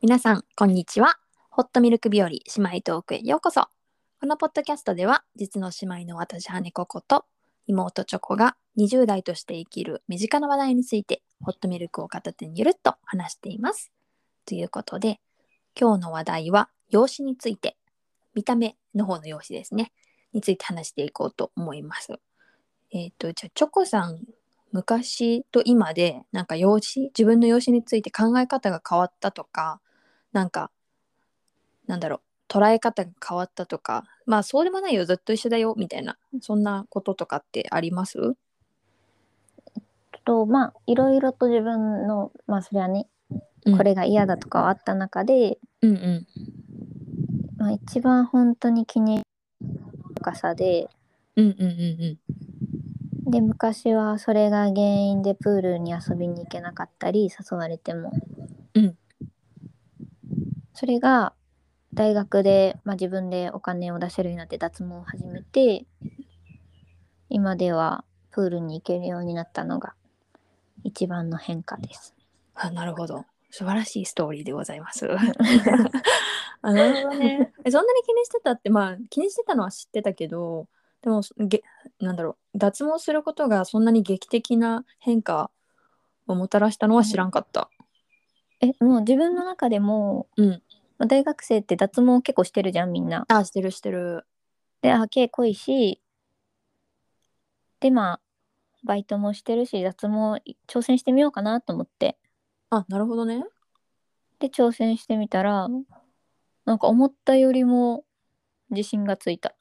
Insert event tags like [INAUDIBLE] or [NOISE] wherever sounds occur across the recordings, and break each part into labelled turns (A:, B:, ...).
A: 皆さん、こんにちは。ホットミルク日和姉妹トークへようこそ。このポッドキャストでは、実の姉妹の私、羽ココと妹チョコが20代として生きる身近な話題について、ホットミルクを片手にゆるっと話しています。ということで、今日の話題は、容姿について、見た目の方の容姿ですね、について話していこうと思います。えっ、と、じゃあ、チョコさん、昔と今で、なんか容姿、自分の容姿について考え方が変わったとか、なんか、なんだろう、捉え方が変わったとか、まあ、そうでもないよ、ずっと一緒だよ、みたいな、そんなこととかってあります
B: とまあいろいろと自分のまあそれはね、
A: うん
B: これが嫌だとかはあった中で、
A: うんうん。
B: まあ、一番本当に気に高さで
A: うんうんうん
B: で昔はそれが原因でプールに遊びに行けなかったり誘われても、
A: うん
B: それが大学で、まあ、自分でお金を出せるようになって脱毛を始めて今ではプールに行けるようになったのが一番の変化です。
A: あ、なるほど。素晴らしいストーリーでございます。 [LAUGHS] あなるほどね。えそんなに気にしてたって、まあ、気にしてたのは知ってたけど、でも、そげなんだろう、脱毛することがそんなに劇的な変化をもたらしたのは知らんかった。
B: えもう自分の中でも、
A: うん
B: まあ大学生って脱毛結構してるじゃんみんな。
A: あ、してるしてる。
B: であ毛濃いしでまあバイトもしてるし脱毛挑戦してみようかなと思って
A: あ、なるほどね。
B: で挑戦してみたらなんか思ったよりも自信がついた。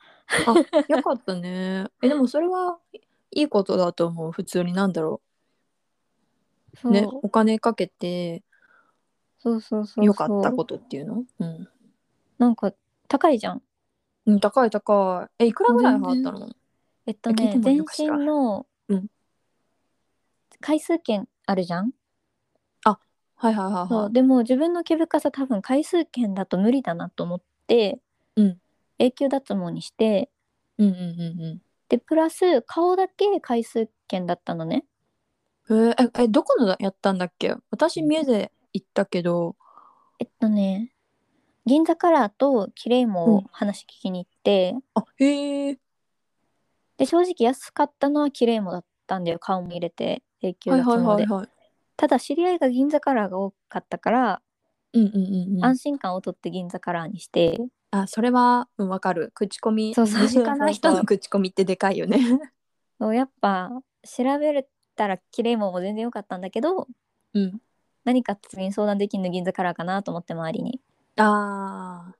A: あ、よかったね。え、でもそれはいいことだと思う。普通になんだろ。
B: そうう,、
A: ね、お金かけて
B: そうそうそうそう
A: よかったことっていうのうん
B: なんか高いじゃん。
A: うん。高い高い。え、いくらぐらい払ったの
B: えっと
A: 聞い
B: ね
A: てもいい
B: 全
A: のかし
B: 身
A: ら
B: の
A: うん
B: 回数券あるじゃん。
A: はいはいはい
B: そ
A: は
B: うでも自分の毛深さ多分回数券だと無理だなと思って、
A: うん
B: 永久脱毛にして
A: い。うんうんうん
B: でプラス顔だけ回数券だったのね
A: うん。えーえ、え、どこのやったんだっけ私、三重で行ったけど、
B: えっとね銀座カラーとキレイ
A: う
B: も
A: ん
B: 話聞きに行って、
A: あ、へえ、
B: で正直安かったのはキレイもだったんだよ顔も入れて永久
A: はい
B: 脱毛
A: は
B: で、
A: いはいはい。
B: ただ知り合いが銀座カラーが多かったから、
A: うんうんうんうん。
B: 安心感をとって銀座カラーにして
A: あ、それは、うん、わかる。口コミ。
B: そうそう
A: 身近な人
B: そ
A: の
B: う
A: 口コミってでかいよね。
B: そうやっぱ調べたらキレイもも全然良かったんだけど
A: うん。
B: 何か次に相談できるの銀座カラーかなと思って周りに
A: あ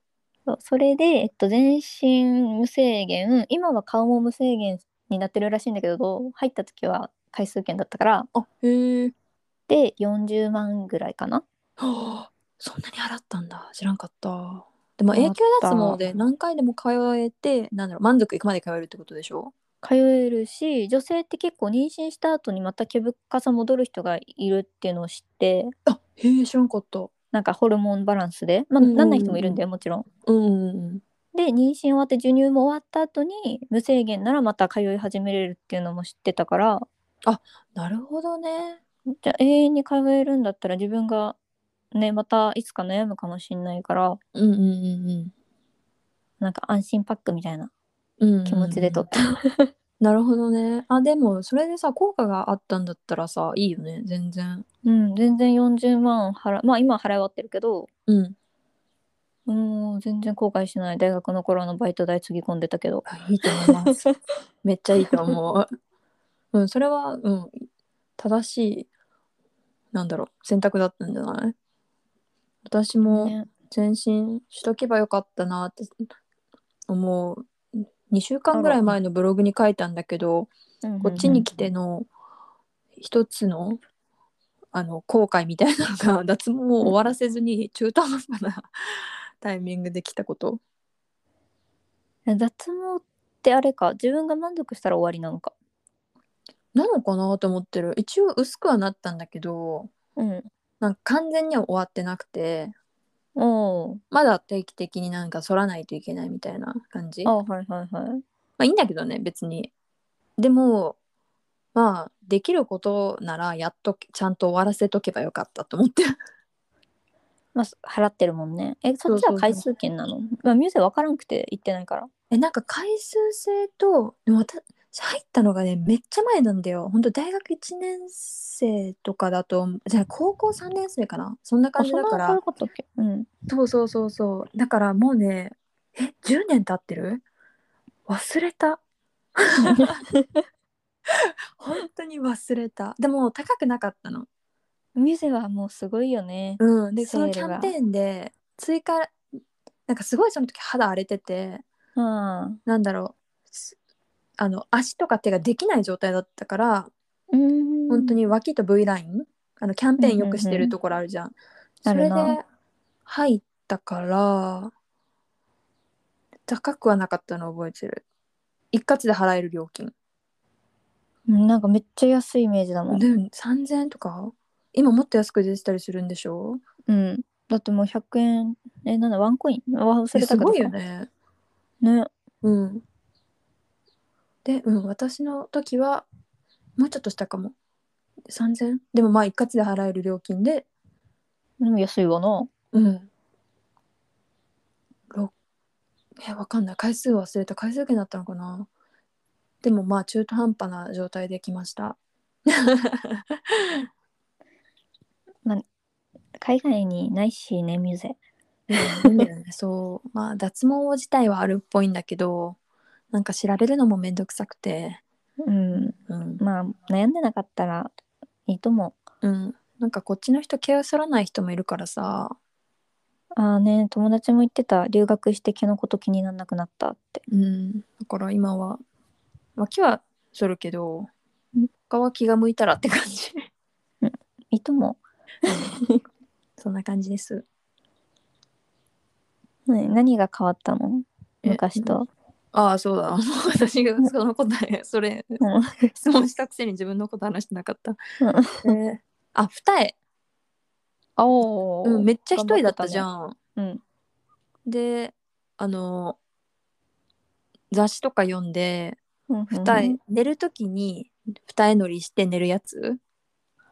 B: そうそれで、えっと、全身無制限今は顔も無制限になってるらしいんだけど入った時は回数券だったから
A: ー。あ、へえ。
B: で40万ぐらいかな
A: はあそんなに払ったんだ知らんかったでも
B: 払
A: 永
B: った
A: 久脱毛で何回でも通えてなんだろう満足いくまで通えるってことでしょ
B: 通えるし女性って結構妊娠した後にまた毛深さ戻る人がいるっていうのを知って
A: あへえ知らんかった
B: なんかホルモンバランスで、ま
A: う
B: あ、
A: んうんうん
B: なんない人もいるんだよもちろん。
A: うんうん
B: で妊娠終わって授乳も終わった後に無制限ならまた通い始めれるっていうのも知ってたから
A: なるほどね
B: じゃあ永遠に通えるんだったら自分がねまたいつか悩むかもしんないから
A: うんうんうん
B: なんか安心パックみたいな
A: うんうん
B: 気持ちで取った、
A: なるほどねあでもそれでさ効果があったんだったらさいいよね全然
B: うん、全然40万払まあ今は払い終わってるけど
A: うん
B: もう全然後悔しない大学の頃のバイト代つぎ込んでたけ
A: [LAUGHS]
B: ど
A: あいいと思います [LAUGHS] めっちゃいいと思う [LAUGHS] うんそれはうん正しいなんだろう選択だったんじゃない私も、
B: ね
A: 前進しとけばよかったなって思う2週間ぐらい前のブログに書いたんだけどこっちに来ての一つのあの後悔みたいなのが [LAUGHS] 脱毛を終わらせずに中途半端なタイミングで来たこと
B: うん脱毛ってあれか自分が満足したら終わりなのか
A: なのかなと思ってる一応薄くはなったんだけど
B: うん
A: なんか完全には終わってなくて
B: おー
A: まだ定期的になんか剃らないといけないみたいな感じ
B: あはいはいはい
A: まあいいんだけどね別にでもまあできることならやっとけちゃんと終わらせとけばよかったと思って
B: まあ、そ払ってるもんねえそっち
A: そうそうそ
B: は
A: う
B: 回数券なのまあ、ミューゼ分からんくて行ってないから
A: [LAUGHS] えなんか回数制とでも私入ったのがねめっちゃ前なんだよ本当大学1年生とかだとじゃあ高校3年生かなそんな感じだから
B: あそんな明るかったっけうん
A: そうそうそうそうだからもうねえ10年経ってる忘れ
B: [LAUGHS]
A: た [LAUGHS] 本当に忘れたでも高くなかったの
B: ミューゼはもうすごいよね
A: うんで
B: セ
A: そ
B: ー
A: の
B: ルが
A: キャンペーンで追加なんかすごいその時肌荒れてて
B: うん
A: なんだろうすあの足とか手ができない状態だったから
B: うん
A: 本当に脇と V ラインあのキャンペーンよくしてるところあるじゃん。
B: あるな
A: それで入ったから高くはなかったの覚えてる。一括で払える料金。
B: うんなんかめっちゃ安いイメージだもん
A: で3000円とか今もっと安く出てたりするんでしょ
B: うんだってもう100円えなんだワンコインわ忘
A: え
B: れた
A: す
B: けど
A: ごいよね。
B: ね
A: うん。で、うん、私の時はもうちょっとしたかも。3000でもまあ一括で払える料金で
B: でも安いわな
A: うん。ろえ、わかんない。回数忘れた。回数券だったのかな。でもまあ中途半端な状態で来ました。
B: 海外にないしねミューゼ
A: そう。まあ脱毛自体はあるっぽいんだけど、なんか知られるのもめんどくさくて。
B: うん
A: うん。
B: まあ悩んでなかったらいいと思
A: うん。なんかこっちの人毛を剃らない人もいるからさ。
B: うああね友達も言ってた留学して毛のこと気にならなくなったって
A: うん。だから今は、脇は剃るけど
B: うん、
A: 他は気が向いたらって感じ。
B: いいと思
A: [LAUGHS] そんな感じです。
B: う、ね、何が変わったの
A: え
B: 昔と、
A: ああ、そうだ。もう私がその答え、それ、
B: うん
A: 質問したくせに自分のこと話してなかった。
B: う
A: えーあ、二重。
B: お
A: うん、めっちゃ一重だったじゃ
B: ん、
A: ん。
B: うん
A: で、あの、雑誌とか読んで、
B: うん、
A: 二重、寝るときに二重乗りして寝るやつ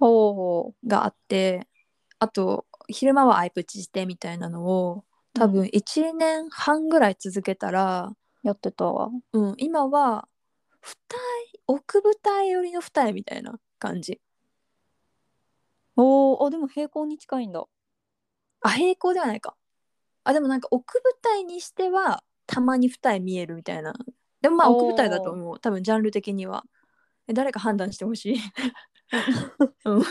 B: ほ
A: があって、あと、昼間はアイプチしてみたいなのを、多分1年半ぐらい続けたら、
B: うやってたわ
A: うん、今は二重奥二重寄りの二重みたいな感じ
B: おーあでも平行に近いんだ
A: あ平行ではないかあでもなんか奥二重にしてはたまに二重見えるみたいなでもまあ
B: おー
A: 奥二重だと思う多分ジャンル的にはえ誰か判断してほし
B: [LAUGHS]
A: い、うん、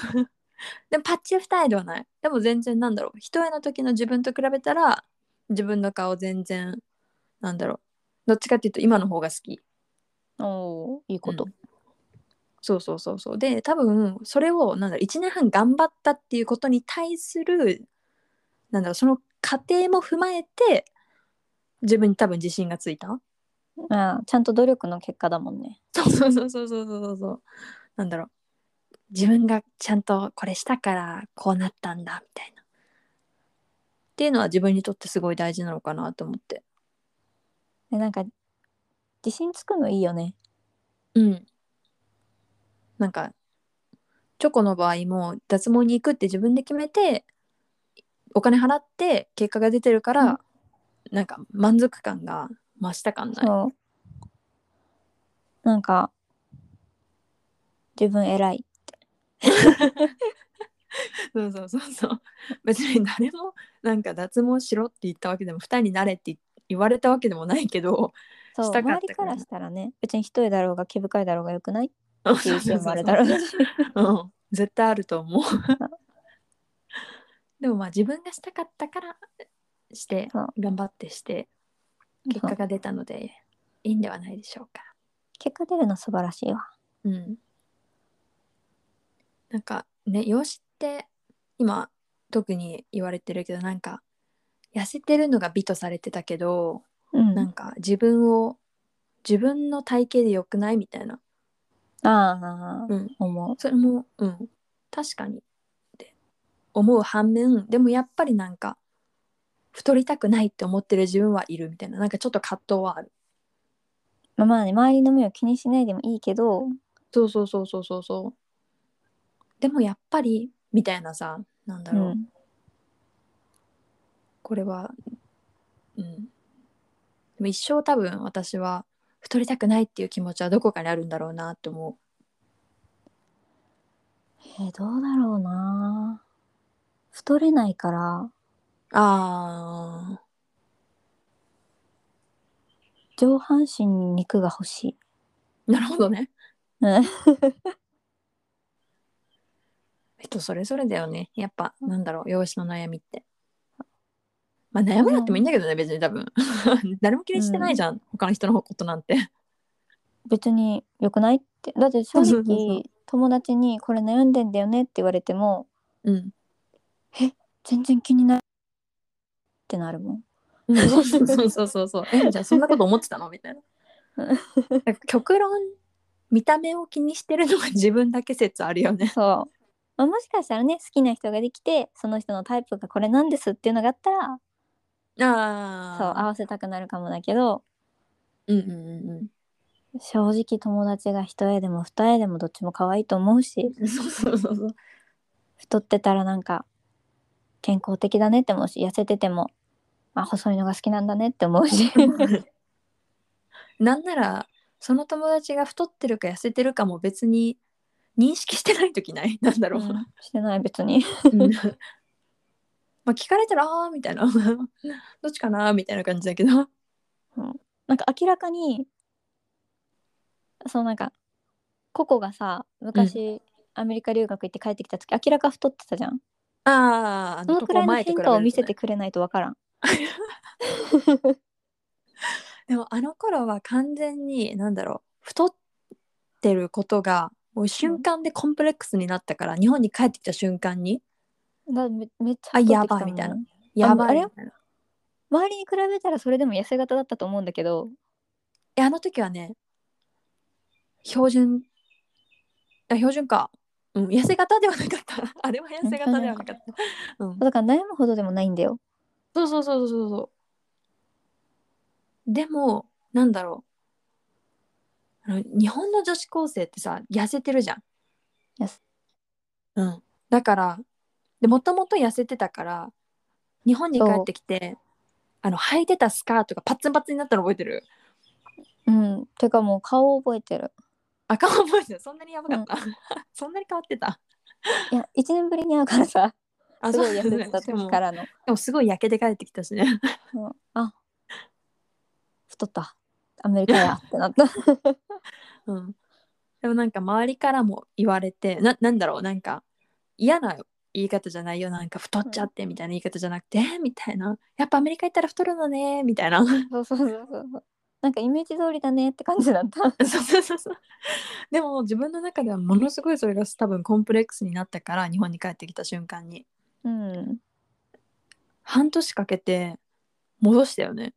A: でもパッチ二重ではないでも全然なんだろう一重の時の自分と比べたら自分の顔全然なんだろうどっちかっていうと今の方が好き
B: おーいいこと、
A: うんそうそうそうそうで多分それをなんだろう1年半頑張ったっていうことに対するなんだろうその過程も踏まえて自分に多分自信がついた
B: ああちゃんと努力の結果だもんね
A: そうそうそうそうそうそうそうなんだろう自分がちゃんとこれしたからこうなったんだみたいなっていうのは自分にとってすごい大事なのかなと思って
B: でなんか自信つくのいいよね
A: うん。なんか、チョコの場合も脱毛に行くって自分で決めて、お金払って結果が出てるから、
B: うん
A: なんか満足感が増した感ない。
B: そうなんか自分偉い
A: そうそうそうそう。 [LAUGHS] 別に誰もなんか脱毛しろって言ったわけでも、二人になれって言われたわけでもないけど、
B: そう
A: したかっ
B: 周
A: た
B: り
A: か
B: かららしたらね別に一重だろうが毛深いだろうがよくないって
A: [LAUGHS]
B: [LAUGHS] いう意見もあるだ
A: う
B: ろ
A: ん
B: うし
A: うん、絶対あると思う。 [LAUGHS] でもまあ自分がしたかったからして
B: そう
A: 頑張ってして結
B: そ
A: 果
B: う
A: が出たのでいいんではないでしょうか。
B: 結果出るの素晴らしいわ
A: うん。なんかね養子って今特に言われてるけどなんか痩せてるのが美とされてたけど、
B: うん
A: なんか自分を自分の体型で良くないみたいな。
B: ああ、
A: うん、
B: 思う
A: それも、うん、確かにって思う反面でもやっぱりなんか太りたくないって思ってる自分はいるみたいななんかちょっと葛藤はある
B: まあまあね周りの目を気にしないでもいいけど
A: そうそうそうそうそうそうでもやっぱりみたいなさなんだ
B: う
A: ろう、
B: ん
A: これはうんでも一生多分私は太りたくないっていう気持ちはどこかにあるんだろうなって思う
B: えーどうだろうな太れないから
A: あ
B: 上半身に肉が欲しい
A: ーなるほどね
B: うん
A: 人それぞれだよねやっぱなんだろう容姿の悩みってまあ悩まなくてもいいんだけどね別に多分 [LAUGHS] 誰も気にしてないじゃん、他の人のことなんて
B: 別に良くないってだって正
A: そうそうそう
B: 直友達にこれ悩んでんだよねって言われても
A: うん
B: 全然気になるってなるもん
A: そうそうそうそうそう。え、じゃあそんなこと思ってたのみた [LAUGHS] いな
B: うん。
A: なんか極論見た目を気にしてるのが自分だけ説あるよね。
B: そう、まあ、もしかしたらね好きな人ができてその人のタイプがこれなんですっていうのがあったら
A: あ
B: そう合わせたくなるかもだけど
A: そう。うんうんうん
B: 正直友達が一重でも二重でもどっちも可愛いと思うし
A: うん。そうそうそうそう。
B: 太ってたらなんか健康的だねって思うし痩せてても、まあ、細いのが好きなんだねって思
A: [LAUGHS]
B: うし
A: なんならその友達が太ってるか痩せてるかも別に認識してない時ない [LAUGHS] なんだろう。
B: うんしてない別に
A: うんまあ聞かれたらああみたいな [LAUGHS] どっちかなみたいな感じ
B: [LAUGHS]
A: だけど。
B: なんか明らかにそうなんかココがさ昔、アメリカ留学行って帰ってきた時明らか太ってたじゃん
A: ああ
B: そのくらいの変化を見せてくれないとわからん
A: でもあの頃は完全に何だろう太ってることがもう瞬間でコンプレックスになったから、日本に帰ってきた瞬間に
B: だめめっちゃ
A: あ
B: 太ってきた
A: やばい
B: もん
A: みたいなやばい
B: あれ
A: みたいない
B: 周りに比べたらそれでも痩せ型だったと思うんだけど
A: やあの時はね標準あ標準か、うん、痩せ型ではなかった [LAUGHS] あれは痩せ型ではなかった、うん、
B: だから悩むほどでもないんだよ
A: そうそうそうそうそうでもなんだろうあの日本の女子高生ってさ痩せてるじゃん
B: 痩せ
A: うん、だからでもともと痩せてたから日本に帰ってきてあの履いてたスカートがパッツンパッツンになったの覚えてる
B: うんてかもう顔覚えてる
A: 赤顔覚えてるそんなにやばかった、 [LAUGHS] そんなに変わってた
B: いや1年ぶりに会うからさ
A: あ
B: すごい
A: そう
B: 痩せてた
A: でも
B: 時からの
A: でもすごい焼けて帰ってきたしね [LAUGHS]
B: うんあ太ったアメリカやってなった
A: うんでもなんか周りからも言われてななんだろうなんか嫌な言い方じゃないよなんか太っちゃってみたいな言い方じゃなくて、えーみたいなやっぱアメリカ行ったら太るのねみたいな [LAUGHS]
B: そうそうそうそうそう。なんかイメージ通りだねって感じだった。
A: そうそうそうそう。でも自分の中ではものすごいそれが多分コンプレックスになったから日本に帰ってきた瞬間に
B: うん。
A: 半年かけて戻したよね。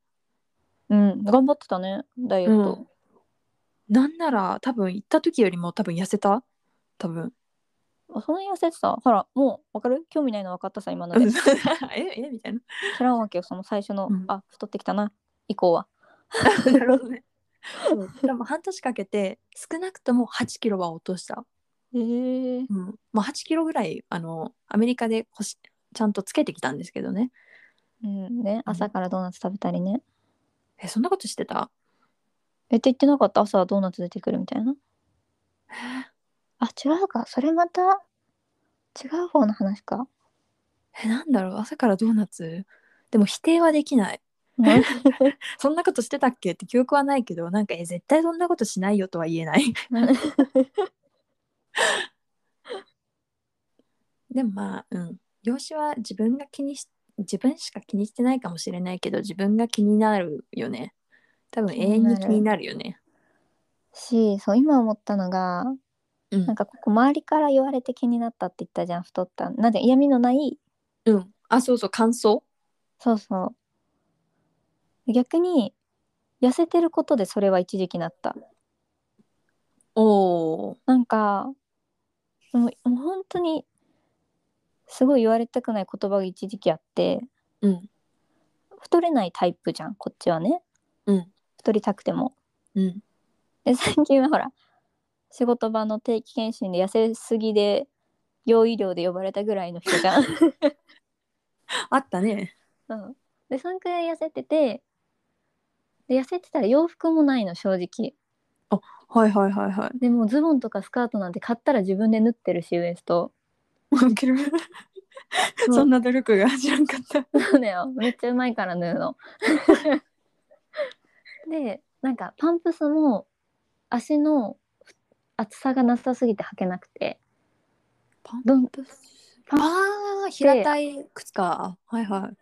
B: うん。頑張ってたね、ダイエット。
A: なんなら多分行った時よりも多分痩せた多分。
B: あそんなに痩せてたほら、もうわかる興味ないの分かったさ、今ので。
A: [LAUGHS] ええみたいな。
B: 知らんわけよ、その最初の、
A: うん
B: あ、太ってきたな、以降は。
A: [LAUGHS] なるほどね。そう多分半年かけて少なくとも8キロは落とした。
B: へえ。
A: うん、もう8キロぐらいあのアメリカでこしちゃんとつけてきたんですけどね。
B: うん。ね、朝からドーナツ食べたりね。
A: えそんなことしてた
B: えって言ってなかった朝はドーナツ出てくるみたいな。あ、違うか。それまた、違う方の話か。 [LAUGHS]
A: えなんだろう朝からドーナツでも否定はできない。
B: ね
A: そんなことしてたっけって記憶はないけどなんかえ絶対そんなことしないよとは言えない [LAUGHS] でもまあうん容姿は自分が気にし自分しか気にしてないかもしれないけど自分が気になるよね多分永遠に気になるよね
B: し、そう、今思ったのが、
A: うん
B: なんかここ周りから言われて気になったって言ったじゃん太ったなんで嫌味のない
A: うんあそうそう感想
B: そうそう逆に痩せてることでそれは一時期なった
A: おお
B: なんかもうもう本当にすごい言われたくない言葉が一時期あって
A: うん
B: 太れないタイプじゃんこっちはね
A: うん
B: 太りたくても
A: うん
B: で最近はほら仕事場の定期検診で痩せすぎで用医療で呼ばれたぐらいの人じゃん
A: あったね
B: うん、でそんくらい痩せててで痩せてたら洋服もないの正直
A: はいはいはいは
B: でもうズボンとかスカートなんて買ったら自分で縫ってるしウエスト [LAUGHS]
A: [LAUGHS] い。ウケる。
B: う
A: そんな努力が知らんかった。
B: そうだよめっちゃうまいから縫うの [LAUGHS] でなんかパンプスも足の厚さがなさすぎて履けなくて
A: パン
B: どん
A: プス。ああ、平たい靴か。はいはい。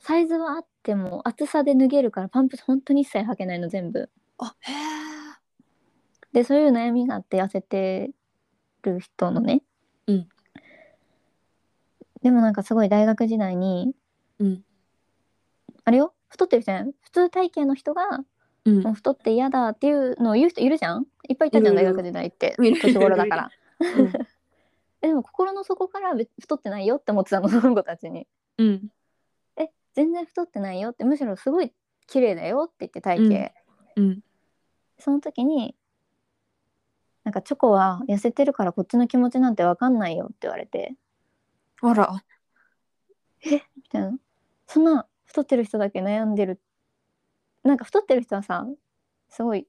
B: サイズはあっても厚さで脱げるからパンプス本当に一切履けないの全部
A: あ、へえ。
B: でそういう悩みがあって痩せてる人のね
A: うん
B: でもなんかすごい大学時代に
A: うん。
B: あれよ太ってる人じゃない普通体型の人が
A: うん
B: もう。太って嫌だっていうのを言う人いるじゃんいっぱいいたじゃん
A: いる
B: 大
A: いる
B: 学時代って
A: いるいる
B: 年頃だから
A: [LAUGHS] うん
B: えでも心の底から別太ってないよって思ってたのその子たちに
A: うん。
B: 全然太ってないよってむしろすごい綺麗だよって言って体型、
A: うんうん。
B: その時になんかチョコは痩せてるからこっちの気持ちなんてわかんないよって言われて
A: あら。
B: みたいなそんな太ってる人だけ悩んでるなんか太ってる人はさすごい、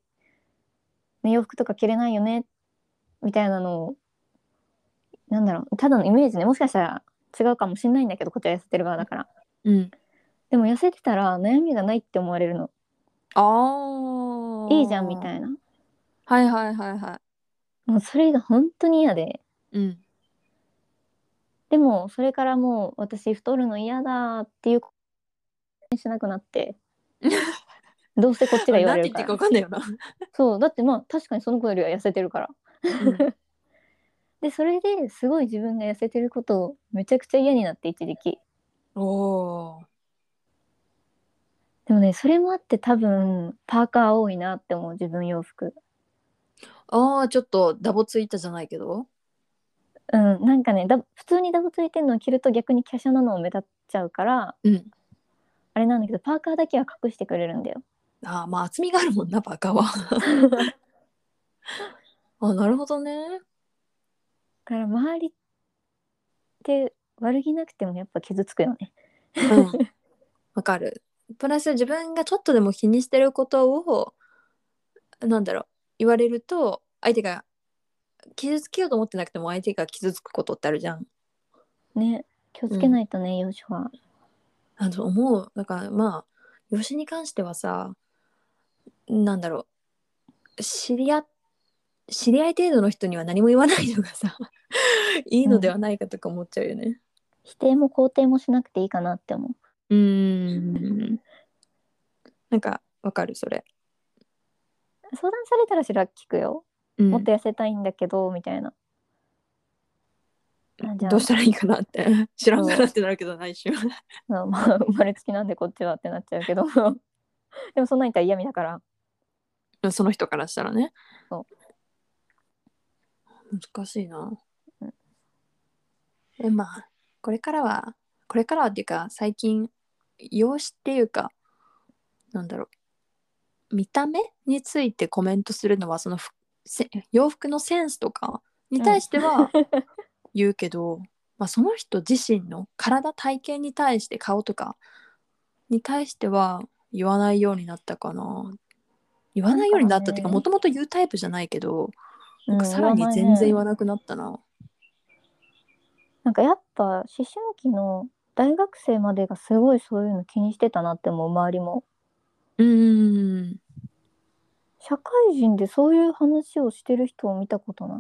B: ね、洋服とか着れないよねみたいなのをなんだろうただのイメージねもしかしたら違うかもしんないんだけどこっちは痩せてる側だから
A: うん。
B: でも痩せてたら悩みがないって思われるの
A: ああ。
B: いいじゃんみた
A: な。
B: いな
A: はいはいはいは
B: もうそれが本当に嫌で
A: い。うん。
B: でもそれからもう私太るの嫌だっていうことしなくなって
A: [LAUGHS]
B: どうせこっちが言われるから
A: なんて言っていいか分かんないよな。
B: そうだってまあ確かにその子よりは痩せてるからでそれですごい自分が痩せてることをめちゃくちゃ嫌になって一時期
A: [LAUGHS] おお。
B: でもねそれもあって多分パーカー多いなって思う自分洋服
A: ああ、ちょっとダボついたじゃないけど。
B: うんなんかねだ普通にダボついてるのを着ると逆に華奢なのを目立っちゃうから
A: うん。
B: あれなんだけどパーカーだけは隠してくれるんだよ
A: ああ、まあ厚みがあるもんな、バカは。あなるほどね。
B: だから周りって悪気なくてもやっぱ傷つくよね
A: うん。わかる。プラス自分がちょっとでも気にしてることを、なんだろう、言われると、相手が傷つけようと思ってなくても相手が傷つくことってあるじゃん。
B: ね気をつけないとね、洋書は
A: あの思うだからまあ養子に関してはさなんだろう知り合知り合い程度の人には何も言わないのがさ [LAUGHS] いいのではないかとか思っちゃうよね。
B: 否定も肯定もしなくていいかなって思う
A: うーんなんかわかるそれ。
B: 相談されたらしら聞くよ、
A: うん
B: もっと痩せたいんだけどみたいなあじゃあ
A: どうしたらいいかなって [LAUGHS] 知らんかなってなるけどないし
B: まあまあ [LAUGHS] 生まれつきなんでこっちはってなっちゃうけど [LAUGHS] でもそんなん言ったら嫌味だから
A: その人からしたらね
B: そ
A: 難しいな
B: う
A: えまあこれからはこれからはっていうか最近容姿っていうかなんだろう見た目についてコメントするのはそのふせ洋服のセンスとかに対しては言うけど、まあ、その人自身の体体型に対して顔とかに対しては言わないようになったかな言わないようになったっていうか
B: な
A: も
B: ん
A: ともと言うタイプじゃないけど
B: うん
A: さらに全然言
B: わないね
A: わなくなったな、
B: なんかやっぱ思春期の大学生までがすごいそういうの気にしてたなって思う周りも
A: うーん
B: 社会人でそういう話をしてる人を見たことない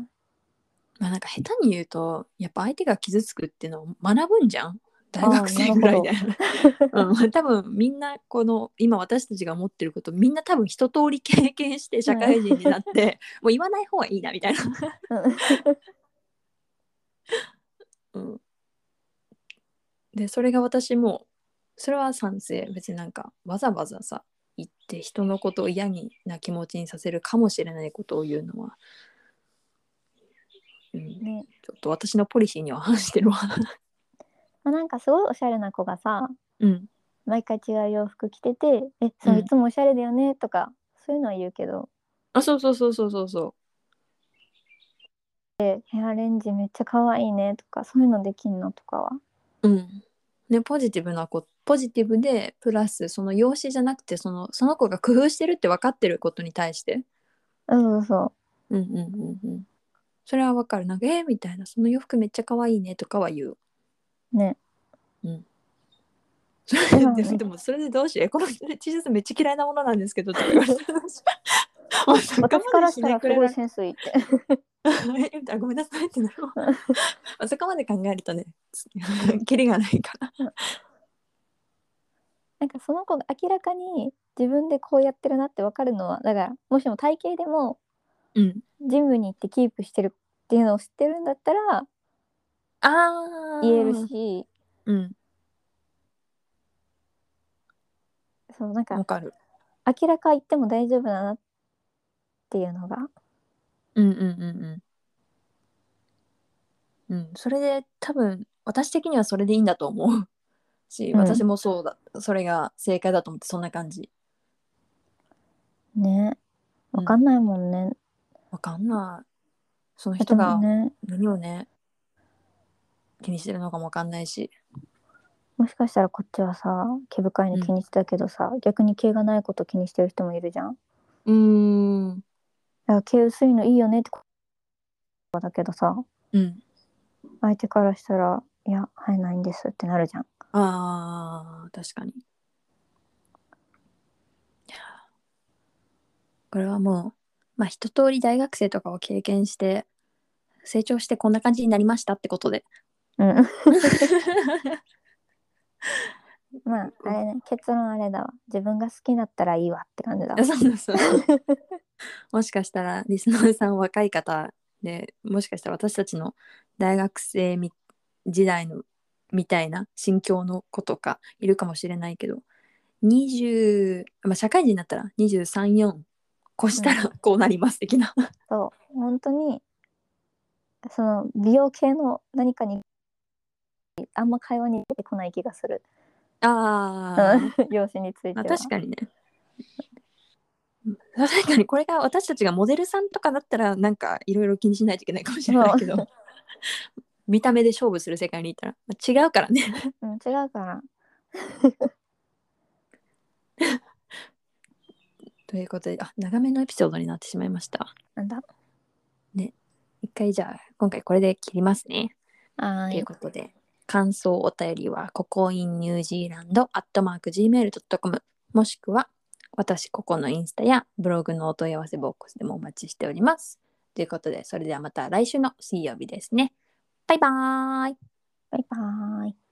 A: まあなんか下手に言うとやっぱ相手が傷つくっていうのを学ぶんじゃん大学生
B: あー
A: ぐら
B: なる
A: い
B: ほど
A: で、 [LAUGHS] うん、多分みんなこの今私たちが持ってることみんな多分一通り経験して社会人にな
B: [LAUGHS]
A: って、もう言わない方がいいなみたいな、
B: うん
A: うん、でそれが私もそれは賛成別になんかわざわざさ言って人のことを嫌にな気持ちにさせるかもしれないことを言うのは、うん、ち
B: [LAUGHS] ね
A: ょっと私のポリシーには反してるわ。
B: まあ、なんかすごいおしゃれな子がさ
A: うん
B: 毎回違う洋服着てて「えそううんいつもおしゃれだよね」とか、そういうのは言うけど
A: あそうそうそうそうそうそう
B: 「ヘアアレンジめっちゃ可愛いね」とかそういうのできんのとかは
A: うん、ね、ポジティブな子ポジティブでプラスその養子じゃなくてそのその子が工夫してるって分かってることに対して
B: うんそうそ
A: うんうんうんうんそれは分かるなんか「えーみたいな「その洋服めっちゃ可愛いね」とかは言う
B: うね
A: それ
B: そう
A: で
B: ね
A: でもそれでどうしようえこの T シャツめっちゃ嫌いなものなんですけどとか言わ [LAUGHS] れたらもう [LAUGHS] そこ
B: 私か
A: [LAUGHS] ま
B: ら
A: で
B: し
A: したて
B: ら
A: く
B: す
A: れ
B: ご
A: ないい
B: センスいいって。 [LAUGHS]
A: え [LAUGHS] あごめんなさいってな [LAUGHS] るあそこまで考えるとね [LAUGHS] キリがないから
B: なんかその子が明らかに自分でこうやってるなって分かるのはだからもしも体型でも
A: うん
B: ジムに行ってキープしてるっていうのを知ってるんだったら
A: あ
B: 言えるし
A: うん
B: そうなんか
A: わかる
B: 明らか言っても大丈夫だなっていうのが
A: うんうんうんうんうんそれで多分私的にはそれでいいんだと思 [LAUGHS] うし
B: うん
A: 私もそうだ、それが正解だと思ってそんな感じ
B: ね
A: うん
B: 分かんないもんね。
A: わかんないその
B: え
A: 人
B: で
A: が
B: もね
A: 何をね気にしてるのかもわかんないし
B: もしかしたらこっちはさ毛深いの気にしてたけどさ、逆に毛がないこと気にしてる人もいるじゃん。
A: うーん
B: だから毛薄いのいいよねってことだけどさ
A: うん
B: 相手からしたら「いや生えないんです」ってなるじゃん。
A: あー確かにこれはもうまあ一通り大学生とかを経験して成長してこんな感じになりましたってこと [LAUGHS] で
B: うん [LAUGHS] まああれね結論あれだわ自分が好きだったらいいわって感じだわ
A: そうそうそうそう [LAUGHS] もしかしたらリスナーさん若い方でもしかしたら私たちの大学生み時代のみたいな心境の子とかいるかもしれないけど20、まあ、社会人になったら234越したらこうなります的な、
B: そう本当にその美容系の何かにあんま会話に出てこない気がする
A: [LAUGHS] あ
B: う
A: ー
B: ん [LAUGHS] 容姿について
A: ま
B: は
A: あ確かにね確かにこれが私たちがモデルさんとかだったらなんかいろいろ気にしないといけないかもしれないけど見た目で勝負する世界にいたら、まあ違うからね [LAUGHS]
B: うん、違うから
A: ということであ長めのエピソードになってしまいました
B: なんだ
A: 一回じゃあ今回これで切りますね、
B: あ
A: ということで感想お便りはココインニュージーランドアットマーク Gmail.com もしくは私ここのインスタやブログのお問い合わせボックスでもお待ちしておりますということでそれではまた来週の水曜日ですねバイバーイ
B: バイバーイ